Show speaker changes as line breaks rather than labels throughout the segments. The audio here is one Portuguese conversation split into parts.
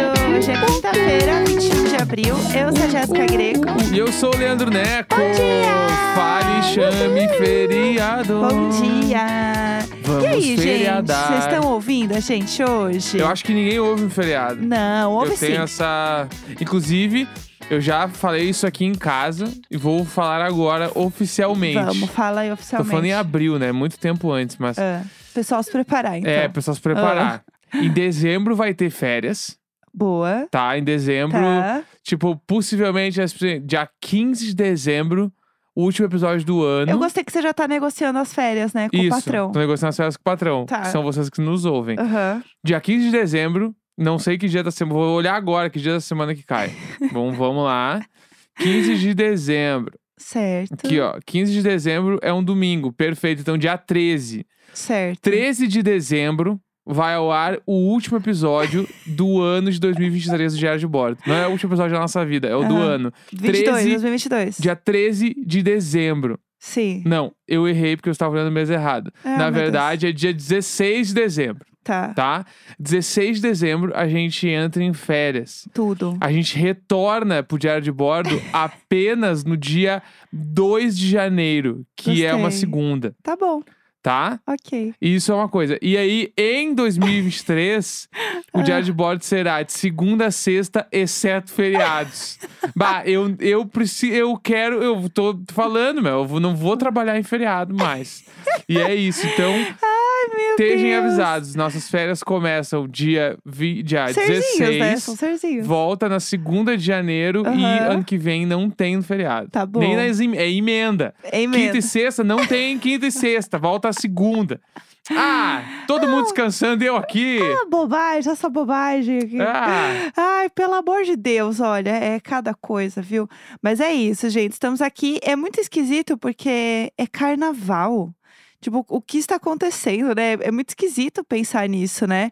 um é quinta-feira, 21 de abril. Eu sou a Jéssica Greco.
E eu sou o Leandro Neco.
Bom dia!
Fale, chame, feriado.
Bom dia!
Vamos
e aí,
feriadar.
gente? Vocês estão ouvindo a gente hoje?
Eu acho que ninguém ouve um feriado.
Não, ouve
eu tenho
sim.
essa. Inclusive, eu já falei isso aqui em casa e vou falar agora oficialmente.
Vamos, fala aí
Tô
oficialmente.
falando em abril, né? Muito tempo antes, mas.
Ah, pessoal se preparar, então. Ah.
É, pessoal se preparar. Em dezembro vai ter férias,
Boa.
tá? Em dezembro,
Tá.
tipo, possivelmente assim, dia 15 de dezembro, o último episódio do ano.
Eu gostei que você já tá negociando as férias, né? Com
Hum? Isso,
o patrão.
Tô negociando as férias com o patrão.
Tá.
que são vocês que nos ouvem.
Aham.
Dia 15 de dezembro, não sei que dia da semana, vou olhar agora que dia da semana que cai. Bom, vamos lá. 15 de dezembro.
Certo.
Aqui, ó. 15 de dezembro é um domingo, perfeito. Então, dia 13.
Certo.
13 de dezembro vai ao ar o último episódio do ano de 2023 do Diário de Bordo. Não é o último episódio da nossa vida, é o do
Aham.
ano.
22,
13
2022.
Dia 13 de dezembro.
Sim.
Não, eu errei porque eu estava olhando o mês errado.
Ah,
Na
meu Deus.
verdade, é dia 16 de dezembro,
Tá.
tá? 16 de dezembro a gente entra em férias.
Tudo.
A gente retorna pro diário de bordo apenas no dia 2 de janeiro, que é uma
Gostei.
segunda,
Tá bom.
tá?
Ok.
Isso é uma coisa. E aí, em 2023, o diário de bordo será de segunda a sexta, exceto feriados. bah, eu, eu preciso, eu quero, eu tô falando, meu, eu vou- não vou trabalhar em feriado mais. E é isso. Então,
Meu
estejam
Deus.
avisados, nossas férias começam dia, vi, dia
Serzinhos, né?
16.
São serzinhos.
Volta na segunda de janeiro e
Aham.
ano que vem não tem no feriado.
Tá bom.
Nem nas em- é emenda.
Em
Quinta
medo.
e sexta não tem quinta e sexta, volta a segunda. Ah, todo mundo descansando e eu aqui.
Ah, bobagem, essa bobagem aqui.
Ah.
Ai, pelo amor de Deus, olha, é cada coisa, viu? Mas é isso, gente. Estamos aqui. É muito esquisito porque é carnaval. Tipo, o que está acontecendo, né? É muito esquisito pensar nisso, né?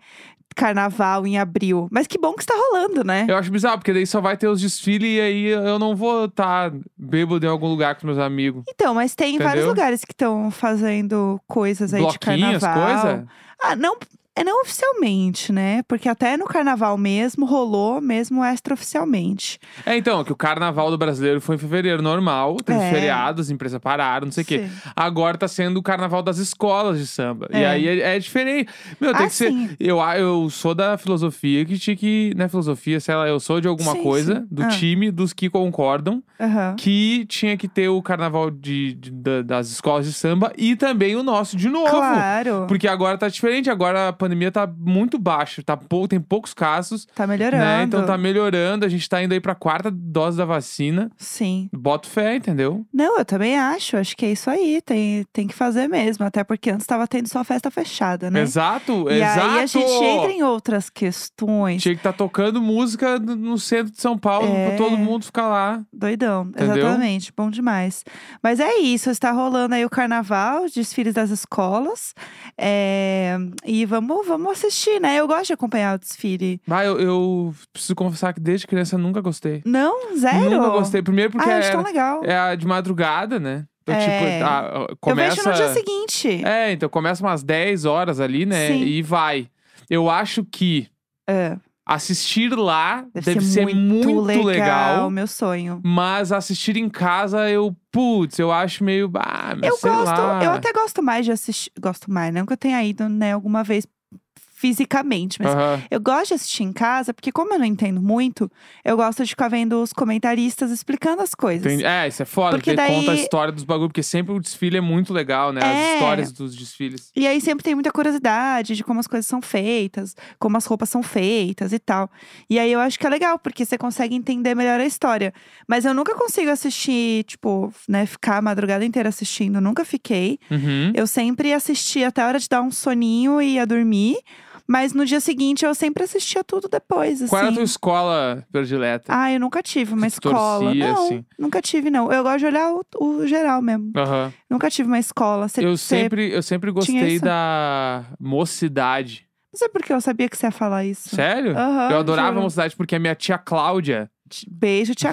Carnaval em abril. Mas que bom que está rolando, né?
Eu acho bizarro, porque daí só vai ter os desfiles e aí eu não vou estar bêbado em algum lugar com meus amigos.
Então, mas tem vários
Entendeu?
lugares que estão fazendo coisas aí
Bloquinhos,
de carnaval.
coisa?
Ah, não, é não oficialmente, né? Porque até no carnaval mesmo rolou, mesmo extraoficialmente.
É, então, que o carnaval do brasileiro foi em fevereiro, normal. Teve
É.
feriados, as empresas pararam, não sei o quê.
Sim.
Agora tá sendo o carnaval das escolas de samba. E
É.
aí é, é diferente. Meu, tem
Ah,
que ser.
sim.
Eu, a- eu sou da filosofia que tinha que. Né, filosofia, sei lá, eu sou de alguma
Sim,
coisa,
sim.
do
Ah.
time dos que concordam,
Aham.
que tinha que ter o carnaval de, de- da- das escolas de samba e também o nosso de novo.
Claro.
Porque agora tá diferente, agora a pandemia tá muito baixa, tá pou, tem poucos casos,
Tá melhorando.
né? Então tá melhorando, a gente tá indo aí pra quarta dose da vacina.
Sim.
Boto fé, entendeu?
Não, eu também acho. Acho que é isso aí. Tem, tem que fazer mesmo. Até porque antes tava tendo só festa fechada, né?
Exato,
E
exato.
aí a gente entra em outras questões.
Tinha que estar tocando música no- no centro de São Paulo
É.
pra todo mundo ficar lá.
Doidão,
Entendeu?
exatamente, bom demais. Mas é isso, está rolando aí o carnaval, os desfiles das escolas. é, E vamos, vamos assistir, né? Eu gosto de acompanhar o desfile.
Mas eu, eu preciso confessar que desde criança eu nunca gostei.
Não, zero?
Nunca gostei. Primeiro porque
ah, eu acho
é,
tão legal.
é a de madrugada, né? Então,
É.
tipo, a- a-
eu
começa.
vejo no dia seguinte.
É, então começa umas 10 horas ali, né?
Sim.
E vai. Eu acho que
É,
assistir lá deve,
Deve, ser, muito,
legal.
meu sonho.
Mas assistir em casa, eu, putz, eu acho meio. Ah, mas
Eu
sei
gosto,
lá.
eu até gosto mais de assistir. Gosto mais, não que eu tenha ido, né, alguma vez fisicamente, mas
Aham.
Eu gosto de assistir em casa, porque como eu não entendo muito, eu gosto de ficar vendo os comentaristas explicando as coisas.
Entendi. É, isso é foda,
Porque
porque, conta a
daí-
história dos bagulhos, porque sempre o desfile é muito legal, né? As
É.
histórias dos desfiles.
E aí sempre tem muita curiosidade de como as coisas são feitas, como as roupas são feitas e tal. E aí eu acho que é legal, porque você consegue entender melhor a história. Mas eu nunca consigo assistir, tipo, né, ficar a madrugada inteira assistindo, nunca fiquei.
Uhum.
Eu sempre assisti até a hora de dar um soninho e ia dormir. Mas no dia seguinte eu sempre assistia tudo depois, assim.
Qual era a tua escola predileta?
Ah, eu nunca tive uma
Que tu
escola.
torcia,
não,
assim?
nunca tive, não. Eu gosto de olhar o, o geral mesmo.
Aham.
Nunca tive uma escola. Cê-
Eu,
cê-
sempre, eu sempre gostei
isso?
da mocidade.
Não sei porque eu sabia que você ia falar isso.
Sério?
Aham,
eu adorava
Ah, juro.
a mocidade porque a minha tia Cláudia,
T- Beijo, tia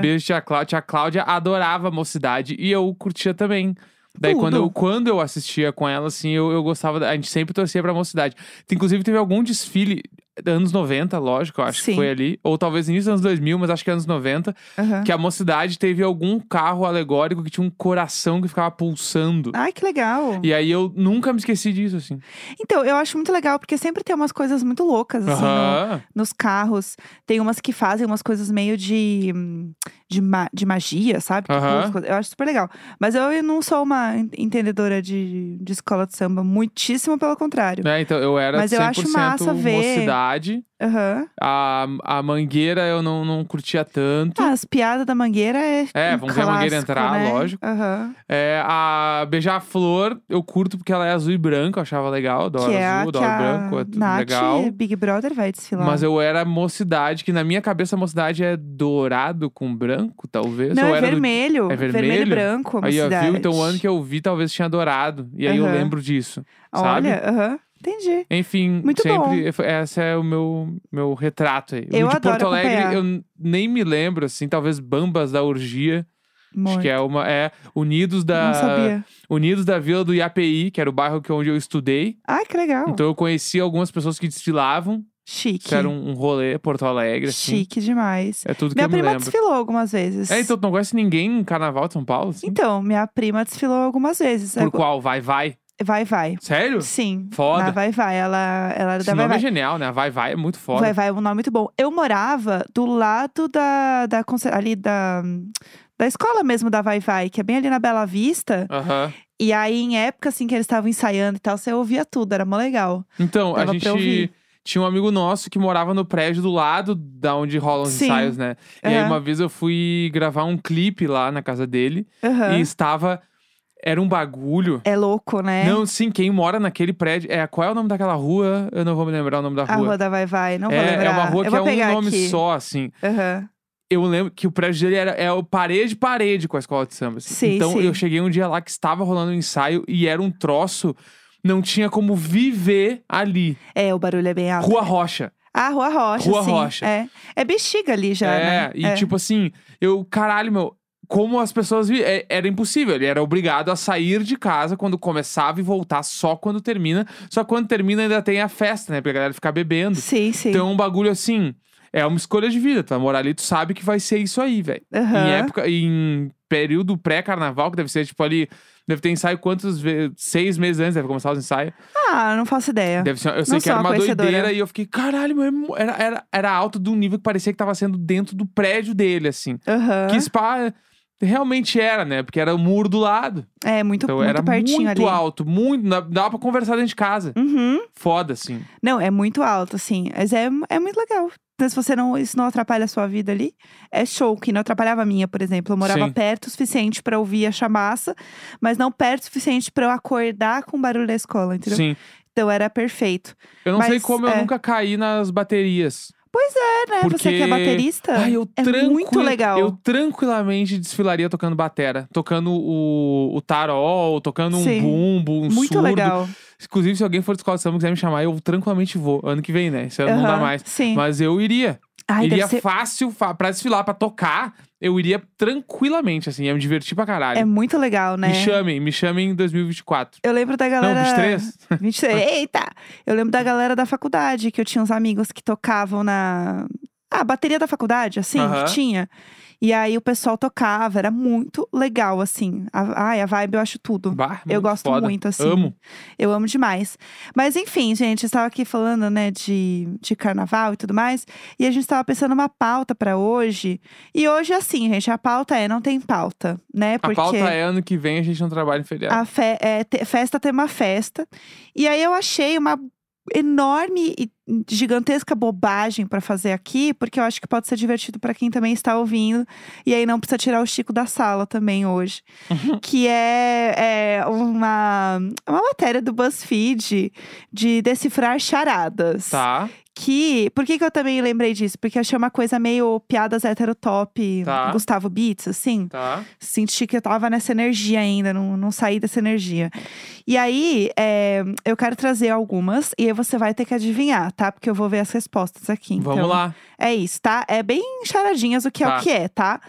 beijo tia Cláudia, tia Cláudia adorava a mocidade e eu curtia também. Daí
Tudo.
quando eu, quando eu assistia com ela, assim, eu, eu gostava, da- a gente sempre torcia pra mocidade. Tem- Inclusive teve algum desfile, anos 90, lógico, eu acho
Sim.
que foi ali. Ou talvez início dos anos 2000, mas acho que anos 90.
Aham.
Que a mocidade teve algum carro alegórico que tinha um coração que ficava pulsando.
Ai, que legal.
E aí eu nunca me esqueci disso, assim.
Então, eu acho muito legal, porque sempre tem umas coisas muito loucas, assim, no-
Aham.
nos carros. Tem umas que fazem umas coisas meio de, hum, de, ma- de magia, sabe? Que
Aham.
pula as coisas. Eu acho super legal. Mas eu não sou uma en- entendedora de, de escola de samba, muitíssimo pelo contrário.
Né, Então eu era
Mas
100%
eu acho massa ver.
mocidade.
Aham.
A, a mangueira eu não, não curtia tanto.
Ah, as piadas da mangueira é.
É,
um
vamos ver a mangueira
clássico,
entrar,
né?
lógico.
Aham.
É, a Beijar-Flor eu curto porque ela é azul e branca, eu achava legal. Adoro
Que é
azul,
a que
adoro
a
branco, é tudo
Nath,
legal.
Big Brother vai desfilar.
Mas eu era mocidade, que na minha cabeça a mocidade é dourado com branco, talvez.
Não,
ou
é
era do-
vermelho,
É
e
vermelho?
branco,
Aí, ó,
mocidade.
viu? Então o ano que eu vi talvez tinha dourado. E aí eu
Aham.
lembro disso. sabe?
Olha, aham, entendi.
Enfim,
Muito
sempre. Esse é o meu, meu retrato aí.
Eu
o de
adoro
Porto Alegre,
acompanhar.
eu n- nem me lembro, assim, talvez Bambas da Urgia. Acho
Muito.
que é uma. É Unidos
Não
da.
sabia.
Unidos da Vila do IAPI, que era o bairro que, onde eu estudei.
Ai, Ah, que legal.
Então eu conheci algumas pessoas que desfilavam.
Oh. Chique.
Que era um, um rolê Porto Alegre, assim.
Chique demais.
É tudo que
Minha
eu me
prima
lembro.
desfilou algumas vezes.
É, então tu não conhece ninguém em carnaval de São Paulo? assim?
Então, minha prima desfilou algumas vezes.
Por
É,
qual? Vai, vai.
Vai, vai.
Sério?
Sim.
Foda.
Na Vai, vai. Ela, ela era
Esse
da Vai,
nome é
vai.
genial, né? Vai, vai é muito foda.
Vai, vai é um nome muito bom. Eu morava do lado da, da conce- ali da, da escola mesmo da Vai, vai, que é bem ali na Bela Vista.
Aham.
E aí, em época, assim, que eles estavam ensaiando e tal, você ouvia tudo, era mó legal.
Então,
Dava
a
pra
gente
ouvir.
tinha um amigo nosso que morava no prédio do lado da onde rolam os
Sim.
ensaios, né? E aí
Aham.
uma vez eu fui gravar um clipe lá na casa dele
Aham.
e estava era um bagulho.
É louco, né?
Não, sim, quem mora naquele prédio é qual é o nome daquela rua? Eu não vou me lembrar o nome da
A
rua.
rua da Vai, vai. Não vou
é,
lembrar.
é uma rua
Eu
que é
vou pegar
um nome
aqui.
só, assim.
Aham.
eu lembro que o prédio dele era é o parede parede com a escola de samba. assim.
Sim,
então
sim.
eu cheguei um dia lá que estava rolando um ensaio e era um troço, não tinha como viver ali.
É, o barulho é bem alto.
Rua Rocha.
Ah, Rua Rocha,
Rua
sim.
Rocha.
É. é bexiga ali já,
é,
né?
e tipo assim, eu, caralho, meu, como as pessoas vi... é- era impossível, ele era obrigado a sair de casa quando começava e voltar só quando termina. Só que quando termina ainda tem a festa, né? Pra galera ficar bebendo.
Sim, sim.
Então é um bagulho assim, é uma escolha de vida, tu vai morar ali, tu sabe que vai ser isso aí, velho.
Aham.
Em época, em período pré-carnaval, que deve ser tipo ali. Deve ter ensaio quantos vezes? Seis meses antes, deve começar os ensaios.
Ah, não faço ideia.
Deve ser, eu sei
Não né?
que
sou
era
uma
uma
conhecedora.
doideira e eu fiquei, caralho, meu, é mu- era, era, era alto de um nível que parecia que tava sendo dentro do prédio dele, assim.
Aham.
Que spa realmente era, né? Porque era o muro do lado.
É, muito,
então
muito
era
pertinho
muito
ali.
alto, muito. na- Dava pra conversar dentro de casa.
Uhum.
Foda, assim.
Não, é muito alto, assim. Mas é, é muito legal. Então, se você não, isso não atrapalha a sua vida ali, é show, que não atrapalhava a minha, por exemplo. Eu morava
Sim.
perto o suficiente pra ouvir a chamassa, mas não perto o suficiente pra eu acordar com o barulho da escola, entendeu?
Sim.
Então era perfeito.
Eu não sei
Mas,
como eu
é.
nunca caí nas baterias.
É, né? Você que
Porque-
é baterista,
Ai, eu
é
tranqui-
muito legal.
Eu tranquilamente desfilaria tocando batera. Tocando o, o tarol, tocando um
Sim.
bumbo, um
muito
surdo.
legal.
Inclusive, se alguém for de escola de samba e quiser me chamar, eu tranquilamente vou. Ano que vem, né? Isso não dá
Aham,
mais.
Sim.
Mas é eu iria.
Ai, deve
iria
ser
fácil fa pra desfilar, pra tocar. Eu iria tranquilamente, assim. Ia me divertir pra caralho.
É muito legal, né?
Me chamem, me chamem em 2024.
Eu lembro da galera.
Não, 23?
23. Eita! Eu lembro da galera da faculdade, que eu tinha uns amigos que tocavam na. Ah, bateria da faculdade, assim,
Aham.
que tinha. E aí o pessoal tocava, era muito legal, assim. A- Ai, a vibe eu acho tudo.
Bah,
Eu
muito
gosto
foda.
muito, assim.
Amo.
Eu amo demais. Mas enfim, gente, eu estava aqui falando, né, de, de carnaval e tudo mais. E a gente estava pensando uma pauta pra hoje. E hoje, assim, gente, a pauta é não tem pauta, né?
A
Porque
pauta é ano que vem a gente não trabalha em feriado.
a fe- é, te- festa tem uma festa. E aí eu achei uma enorme e gigantesca bobagem pra fazer aqui, porque eu acho que pode ser divertido pra quem também está ouvindo. E aí não precisa tirar o Chico da sala também hoje. que é, é uma, uma matéria do BuzzFeed de decifrar charadas.
Tá,
Que. Por que, que eu também lembrei disso? Porque eu achei uma coisa meio piadas heterotop,
Tá.
Gustavo Beats, assim
tá.
senti que eu tava nessa energia ainda, não, não saí dessa energia. E aí, é, eu quero trazer algumas e aí você vai ter que adivinhar, tá? Porque eu vou ver as respostas aqui.
Vamos
então,
lá.
É isso, tá? É bem charadinhas o que é
Tá.
o que é, tá?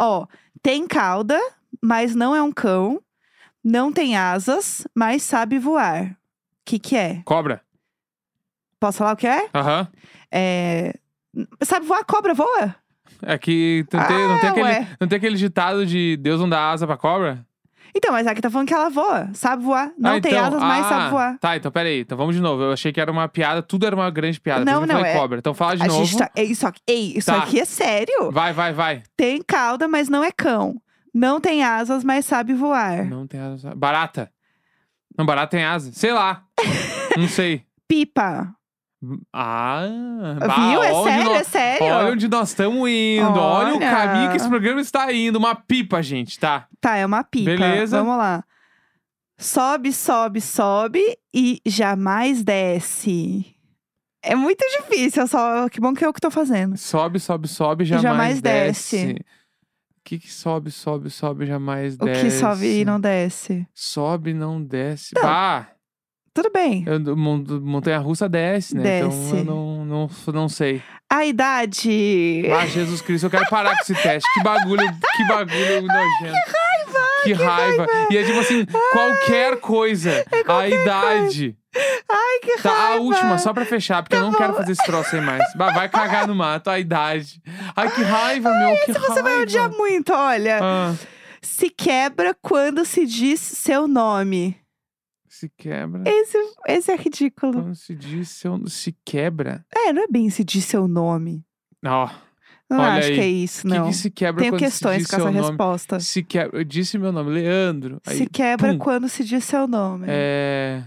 Ó, tem cauda, mas não é um cão. Não tem asas, mas sabe voar. O que que é?
Cobra.
Posso falar o que é?
Aham.
É, Sabe voar? Cobra voa?
É que não tem, não, tem
Ah,
aquele,
ué.
não tem aquele ditado de Deus não dá asa pra cobra?
Então, mas aqui tá falando que ela voa. Sabe voar. Não
Ah,
tem
então,
asas, mas
ah,
sabe voar.
Tá, então peraí. Então vamos de novo. Eu achei que era uma piada, tudo era uma grande piada. Por
Não,
isso que eu
não,
falei
é-
cobra. Então fala de
A
novo.
gente tá... Ei, isso aqui, ei, isso
Tá.
aqui é sério.
Vai, vai, vai.
Tem cauda, mas não é cão. Não tem asas, mas sabe voar.
Não tem asa. Barata. Não, barata tem asa. Sei lá. não sei.
Pipa.
Ah,
Viu? É
onde
sério,
nó-
é sério.
Olha onde nós estamos indo. Olha. o
Olha.
caminho que esse programa está indo. Uma pipa, gente, tá?
Tá, é uma pipa.
Beleza.
Vamos lá. Sobe, sobe, sobe e jamais desce. É muito difícil, é só que bom que eu que tô fazendo.
Sobe, sobe, sobe, jamais,
Jamais
desce.
desce.
O que que sobe, sobe, sobe, jamais
O
desce?
que sobe e não desce.
Sobe, não desce.
Não.
Bah,
Tudo bem.
eu- mon- montanha-russa desce, né? Então eu
Desce.
não, não, não sei.
A idade.
Ah, Jesus Cristo, eu quero parar com esse teste. Que bagulho, que bagulho nojento. Que raiva, que, raiva. E é tipo assim,
Ah,
qualquer coisa. a idade.
Ai, que
Tá,
é raiva. Tá
a última, só pra fechar, porque eu não
bom.
quero fazer esse troço aí mais. Bah, vai cagar no mato, a idade. Ai, que raiva, meu, que
Isso
raiva.
você vai odiar muito, olha.
Ah,
Se quebra quando se diz seu nome.
se quebra.
Esse, esse é ridículo.
Quando se diz, seu- se quebra.
É, não é bem se diz seu nome.
Ó,
Não
Olha
acho
aí.
que é isso,
o que,
não.
que se quebra
Tenho
quando se
questões
diz
com
seu
essa
nome?
resposta.
Se quebra. Eu disse meu nome, Leandro. Aí,
se quebra
pum.
quando se diz seu nome.
É.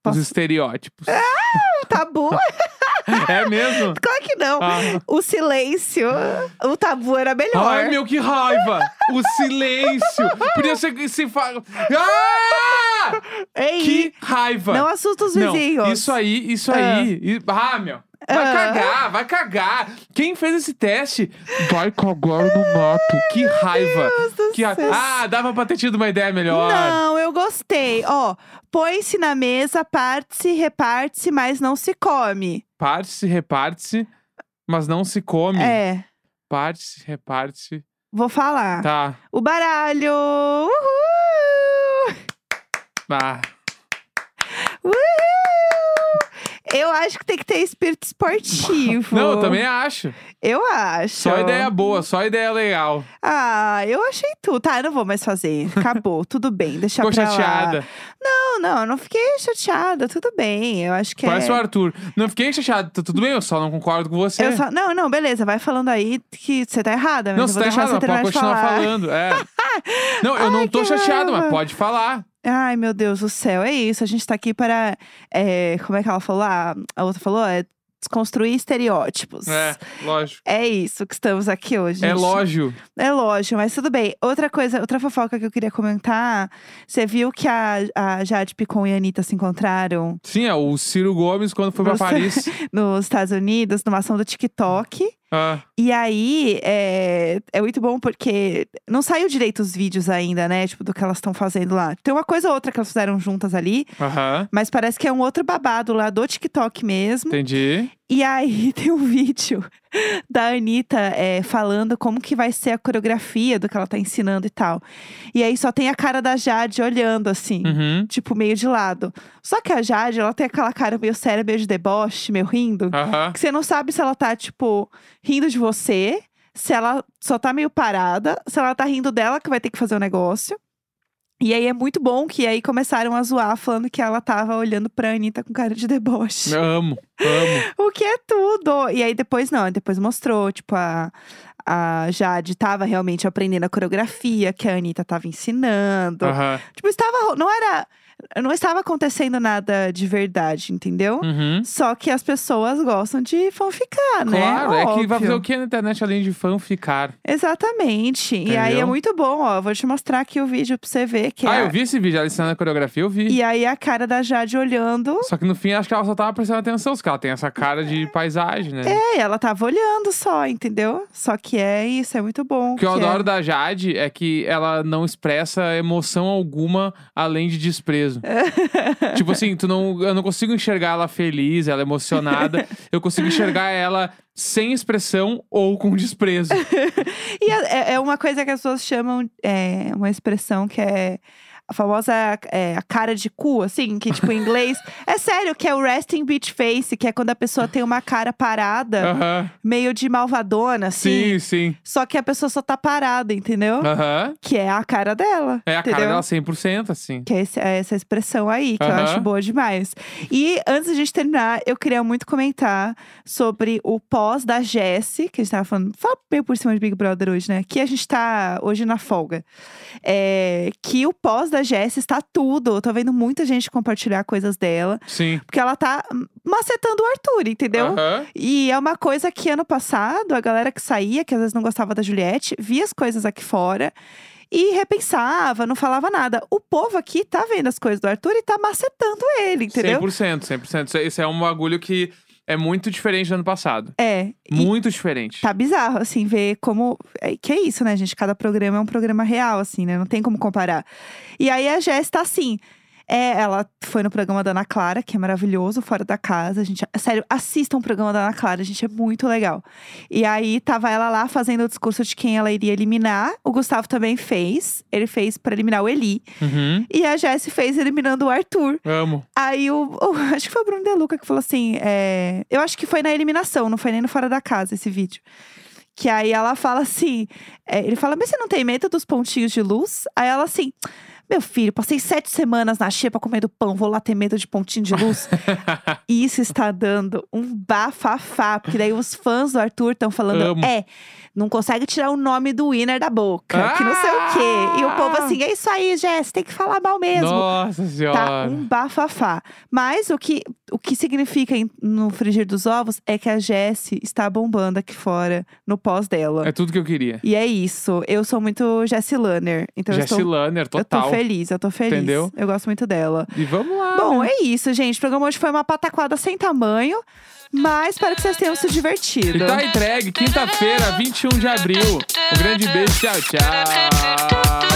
Posso-
Os estereótipos.
Tabu?
É mesmo?
claro que não.
Ah.
O silêncio, o tabu era melhor.
Ai, meu, que raiva! O silêncio! Podia ser se fala. Ah!
Ei,
Que raiva!
É não assusta os
Não,
vizinhos.
isso aí, isso aí. e- Ah, meu. Vai
Ah.
cagar, vai cagar. Quem fez esse teste? Vai cagar no mato. Que raiva.
Deus do
Que ra-
céu.
Ah, dava pra ter tido uma ideia melhor.
Não, eu gostei. Ó, põe-se na mesa, parte-se, reparte-se, mas não se come.
Parte-se, reparte-se, mas não se come.
É,
Parte-se, reparte-se.
vou falar.
Tá.
O baralho! Uhul!
Ah,
Uhul! Eu acho que tem que ter espírito esportivo.
Não, eu também acho.
Eu acho.
Só ideia boa, só ideia legal.
Ah, eu achei tudo. Tá, eu não vou mais fazer. Acabou, tudo bem. Deixa
Ficou
pra lá.
chateada.
Não, não, eu não fiquei chateada. Tudo bem. Eu acho que
Parece
é.
o Arthur. Não fiquei chateada, tá tudo bem, eu só não concordo com você.
Eu só... Não, não, beleza. Vai falando aí que você tá errada.
Não,
mas
você
eu vou
tá
deixar
errado,
você
mas pode
terminar de
continuar
falar.
falando. é. Não, eu não tô
que
chateado, mas
raiva.
pode falar.
Ai, meu Deus do céu. É isso. A gente tá aqui para. é, Como é que ela falou? Ah, a outra falou? É desconstruir estereótipos.
É, lógico.
É isso que estamos aqui hoje.
É
gente.
lógico.
É lógico, mas tudo bem. Outra coisa, outra fofoca que eu queria comentar. Você viu que a, a Jade Picon e a Anitta se encontraram
Sim, é o Ciro Gomes quando foi pra
Você-
Paris.
nos Estados Unidos, numa ação do TikTok.
Ah,
E aí, é, é muito bom porque não saiu direito os vídeos ainda, né? Tipo, do que elas estão fazendo lá. Tem uma coisa ou outra que elas fizeram juntas ali,
Aham,
mas parece que é um outro babado lá do TikTok mesmo.
entendi.
E aí tem um vídeo da Anitta é, falando como que vai ser a coreografia do que ela tá ensinando e tal. E aí só tem a cara da Jade olhando, assim
Uhum.
tipo, meio de lado. Só que a Jade, ela tem aquela cara meio séria, meio de deboche, meio rindo.
Aham.
Que você não sabe se ela tá, tipo, rindo de você, se ela só tá meio parada, se ela tá rindo dela que vai ter que fazer o negócio. E aí é muito bom que aí começaram a zoar falando que ela tava olhando pra Anitta com cara de deboche.
Eu Amo, amo.
O que é tudo. E aí depois não, depois mostrou, tipo, a, a Jade tava realmente aprendendo a coreografia que a Anitta tava ensinando.
Aham.
Tipo, estava. ro- Não era. Não estava acontecendo nada de verdade, entendeu?
Uhum.
Só que as pessoas gostam de fanficar, né?
Claro, é que vai fazer o
Óbvio.
que na internet além de fanficar?
Exatamente. E aí é
Entendeu?
muito bom, ó. Vou te mostrar aqui o vídeo pra você ver. Que
Ah,
é...
eu vi esse vídeo, ela ensinando a coreografia, eu vi.
E aí a cara da Jade olhando.
Só que no fim, acho que ela só tava prestando atenção, porque ela tem essa cara de paisagem, né?
É, ela tava olhando só, entendeu? Só que é isso, é muito bom.
O que eu
é-
adoro da Jade é que ela não expressa emoção alguma além de desprezo. tipo assim, tu não, eu não consigo enxergar ela feliz, ela emocionada. Eu consigo enxergar ela sem expressão ou com desprezo.
E é, é- é uma coisa que as pessoas chamam, é, uma expressão que é a famosa é, a cara de cu, assim, que tipo em inglês. é sério, que é o resting beach face, que é quando a pessoa tem uma cara parada,
Aham.
meio de malvadona, assim.
Ah. Sim, Ah. sim.
Só que a pessoa só tá parada, entendeu?
Aham.
Que é a cara dela.
É a
entendeu?
cara dela 100%, assim.
Que é esse- é essa expressão aí, que eu
Aham.
acho boa demais. E antes de a gente terminar, eu queria muito comentar sobre o pós da Jessie, que a gente tava falando, fala meio por cima de Big Brother hoje, né? Que a gente tá hoje na folga. É, que o pós da Jessie está tudo. Eu tô vendo muita gente compartilhar coisas dela,
Sim.
porque ela tá macetando o Arthur, entendeu?
Aham.
E é uma coisa que ano passado, a galera que saía, que às vezes não gostava da Juliette, via as coisas aqui fora e repensava, não falava nada. O povo aqui tá vendo as coisas do Arthur e tá macetando ele, entendeu?
100%, 100%. Isso é- Isso é um bagulho que é muito diferente do ano passado.
É. E
Muito diferente.
tá bizarro, assim, ver como. é, Que é isso, né, gente? Cada programa é um programa real, assim, né? Não tem como comparar. E aí a Jess tá assim. É, ela foi no programa da Ana Clara, que é maravilhoso, fora da casa. gente, sério, assistam o programa da Ana Clara, gente, é muito legal. E aí tava ela lá fazendo o discurso de quem ela iria eliminar. O Gustavo também fez. Ele fez pra eliminar o Eli.
Uhum.
E a Jess fez eliminando o Arthur.
Amo.
Aí o, o- Acho que foi o Bruno De Luca que falou assim. é, eu acho que foi na eliminação, não foi nem no Fora da Casa esse vídeo. Que aí ela fala assim. é, ele fala, mas você não tem medo dos pontinhos de luz? Aí ela assim. Meu filho, passei sete semanas na xepa comendo pão, vou lá ter medo de pontinho de luz. E isso está dando um bafafá, porque daí os fãs do Arthur estão falando,
Amo.
é, não consegue tirar o nome do winner da boca, que não sei o quê. E o povo assim, é isso aí, Jess, tem que falar mal mesmo.
Nossa
Tá
senhora.
um bafafá. Mas o que, o que significa em- no frigir dos ovos é que a Jessie está bombando aqui fora, no pós dela.
É tudo que eu queria.
E é isso. Eu sou muito Jessie Lanner. Então eu,
Jesse
estou,
Lanner,
eu tô
total.
feliz, eu tô feliz.
Entendeu? Ah.
Eu gosto muito dela.
E vamos lá.
Bom, é isso, gente. O programa hoje foi uma pataquada sem tamanho, mas espero que vocês tenham se
E
divertido.
Um tá entregue, quinta-feira, 21 de abril. Um grande beijo, tchau, tchau.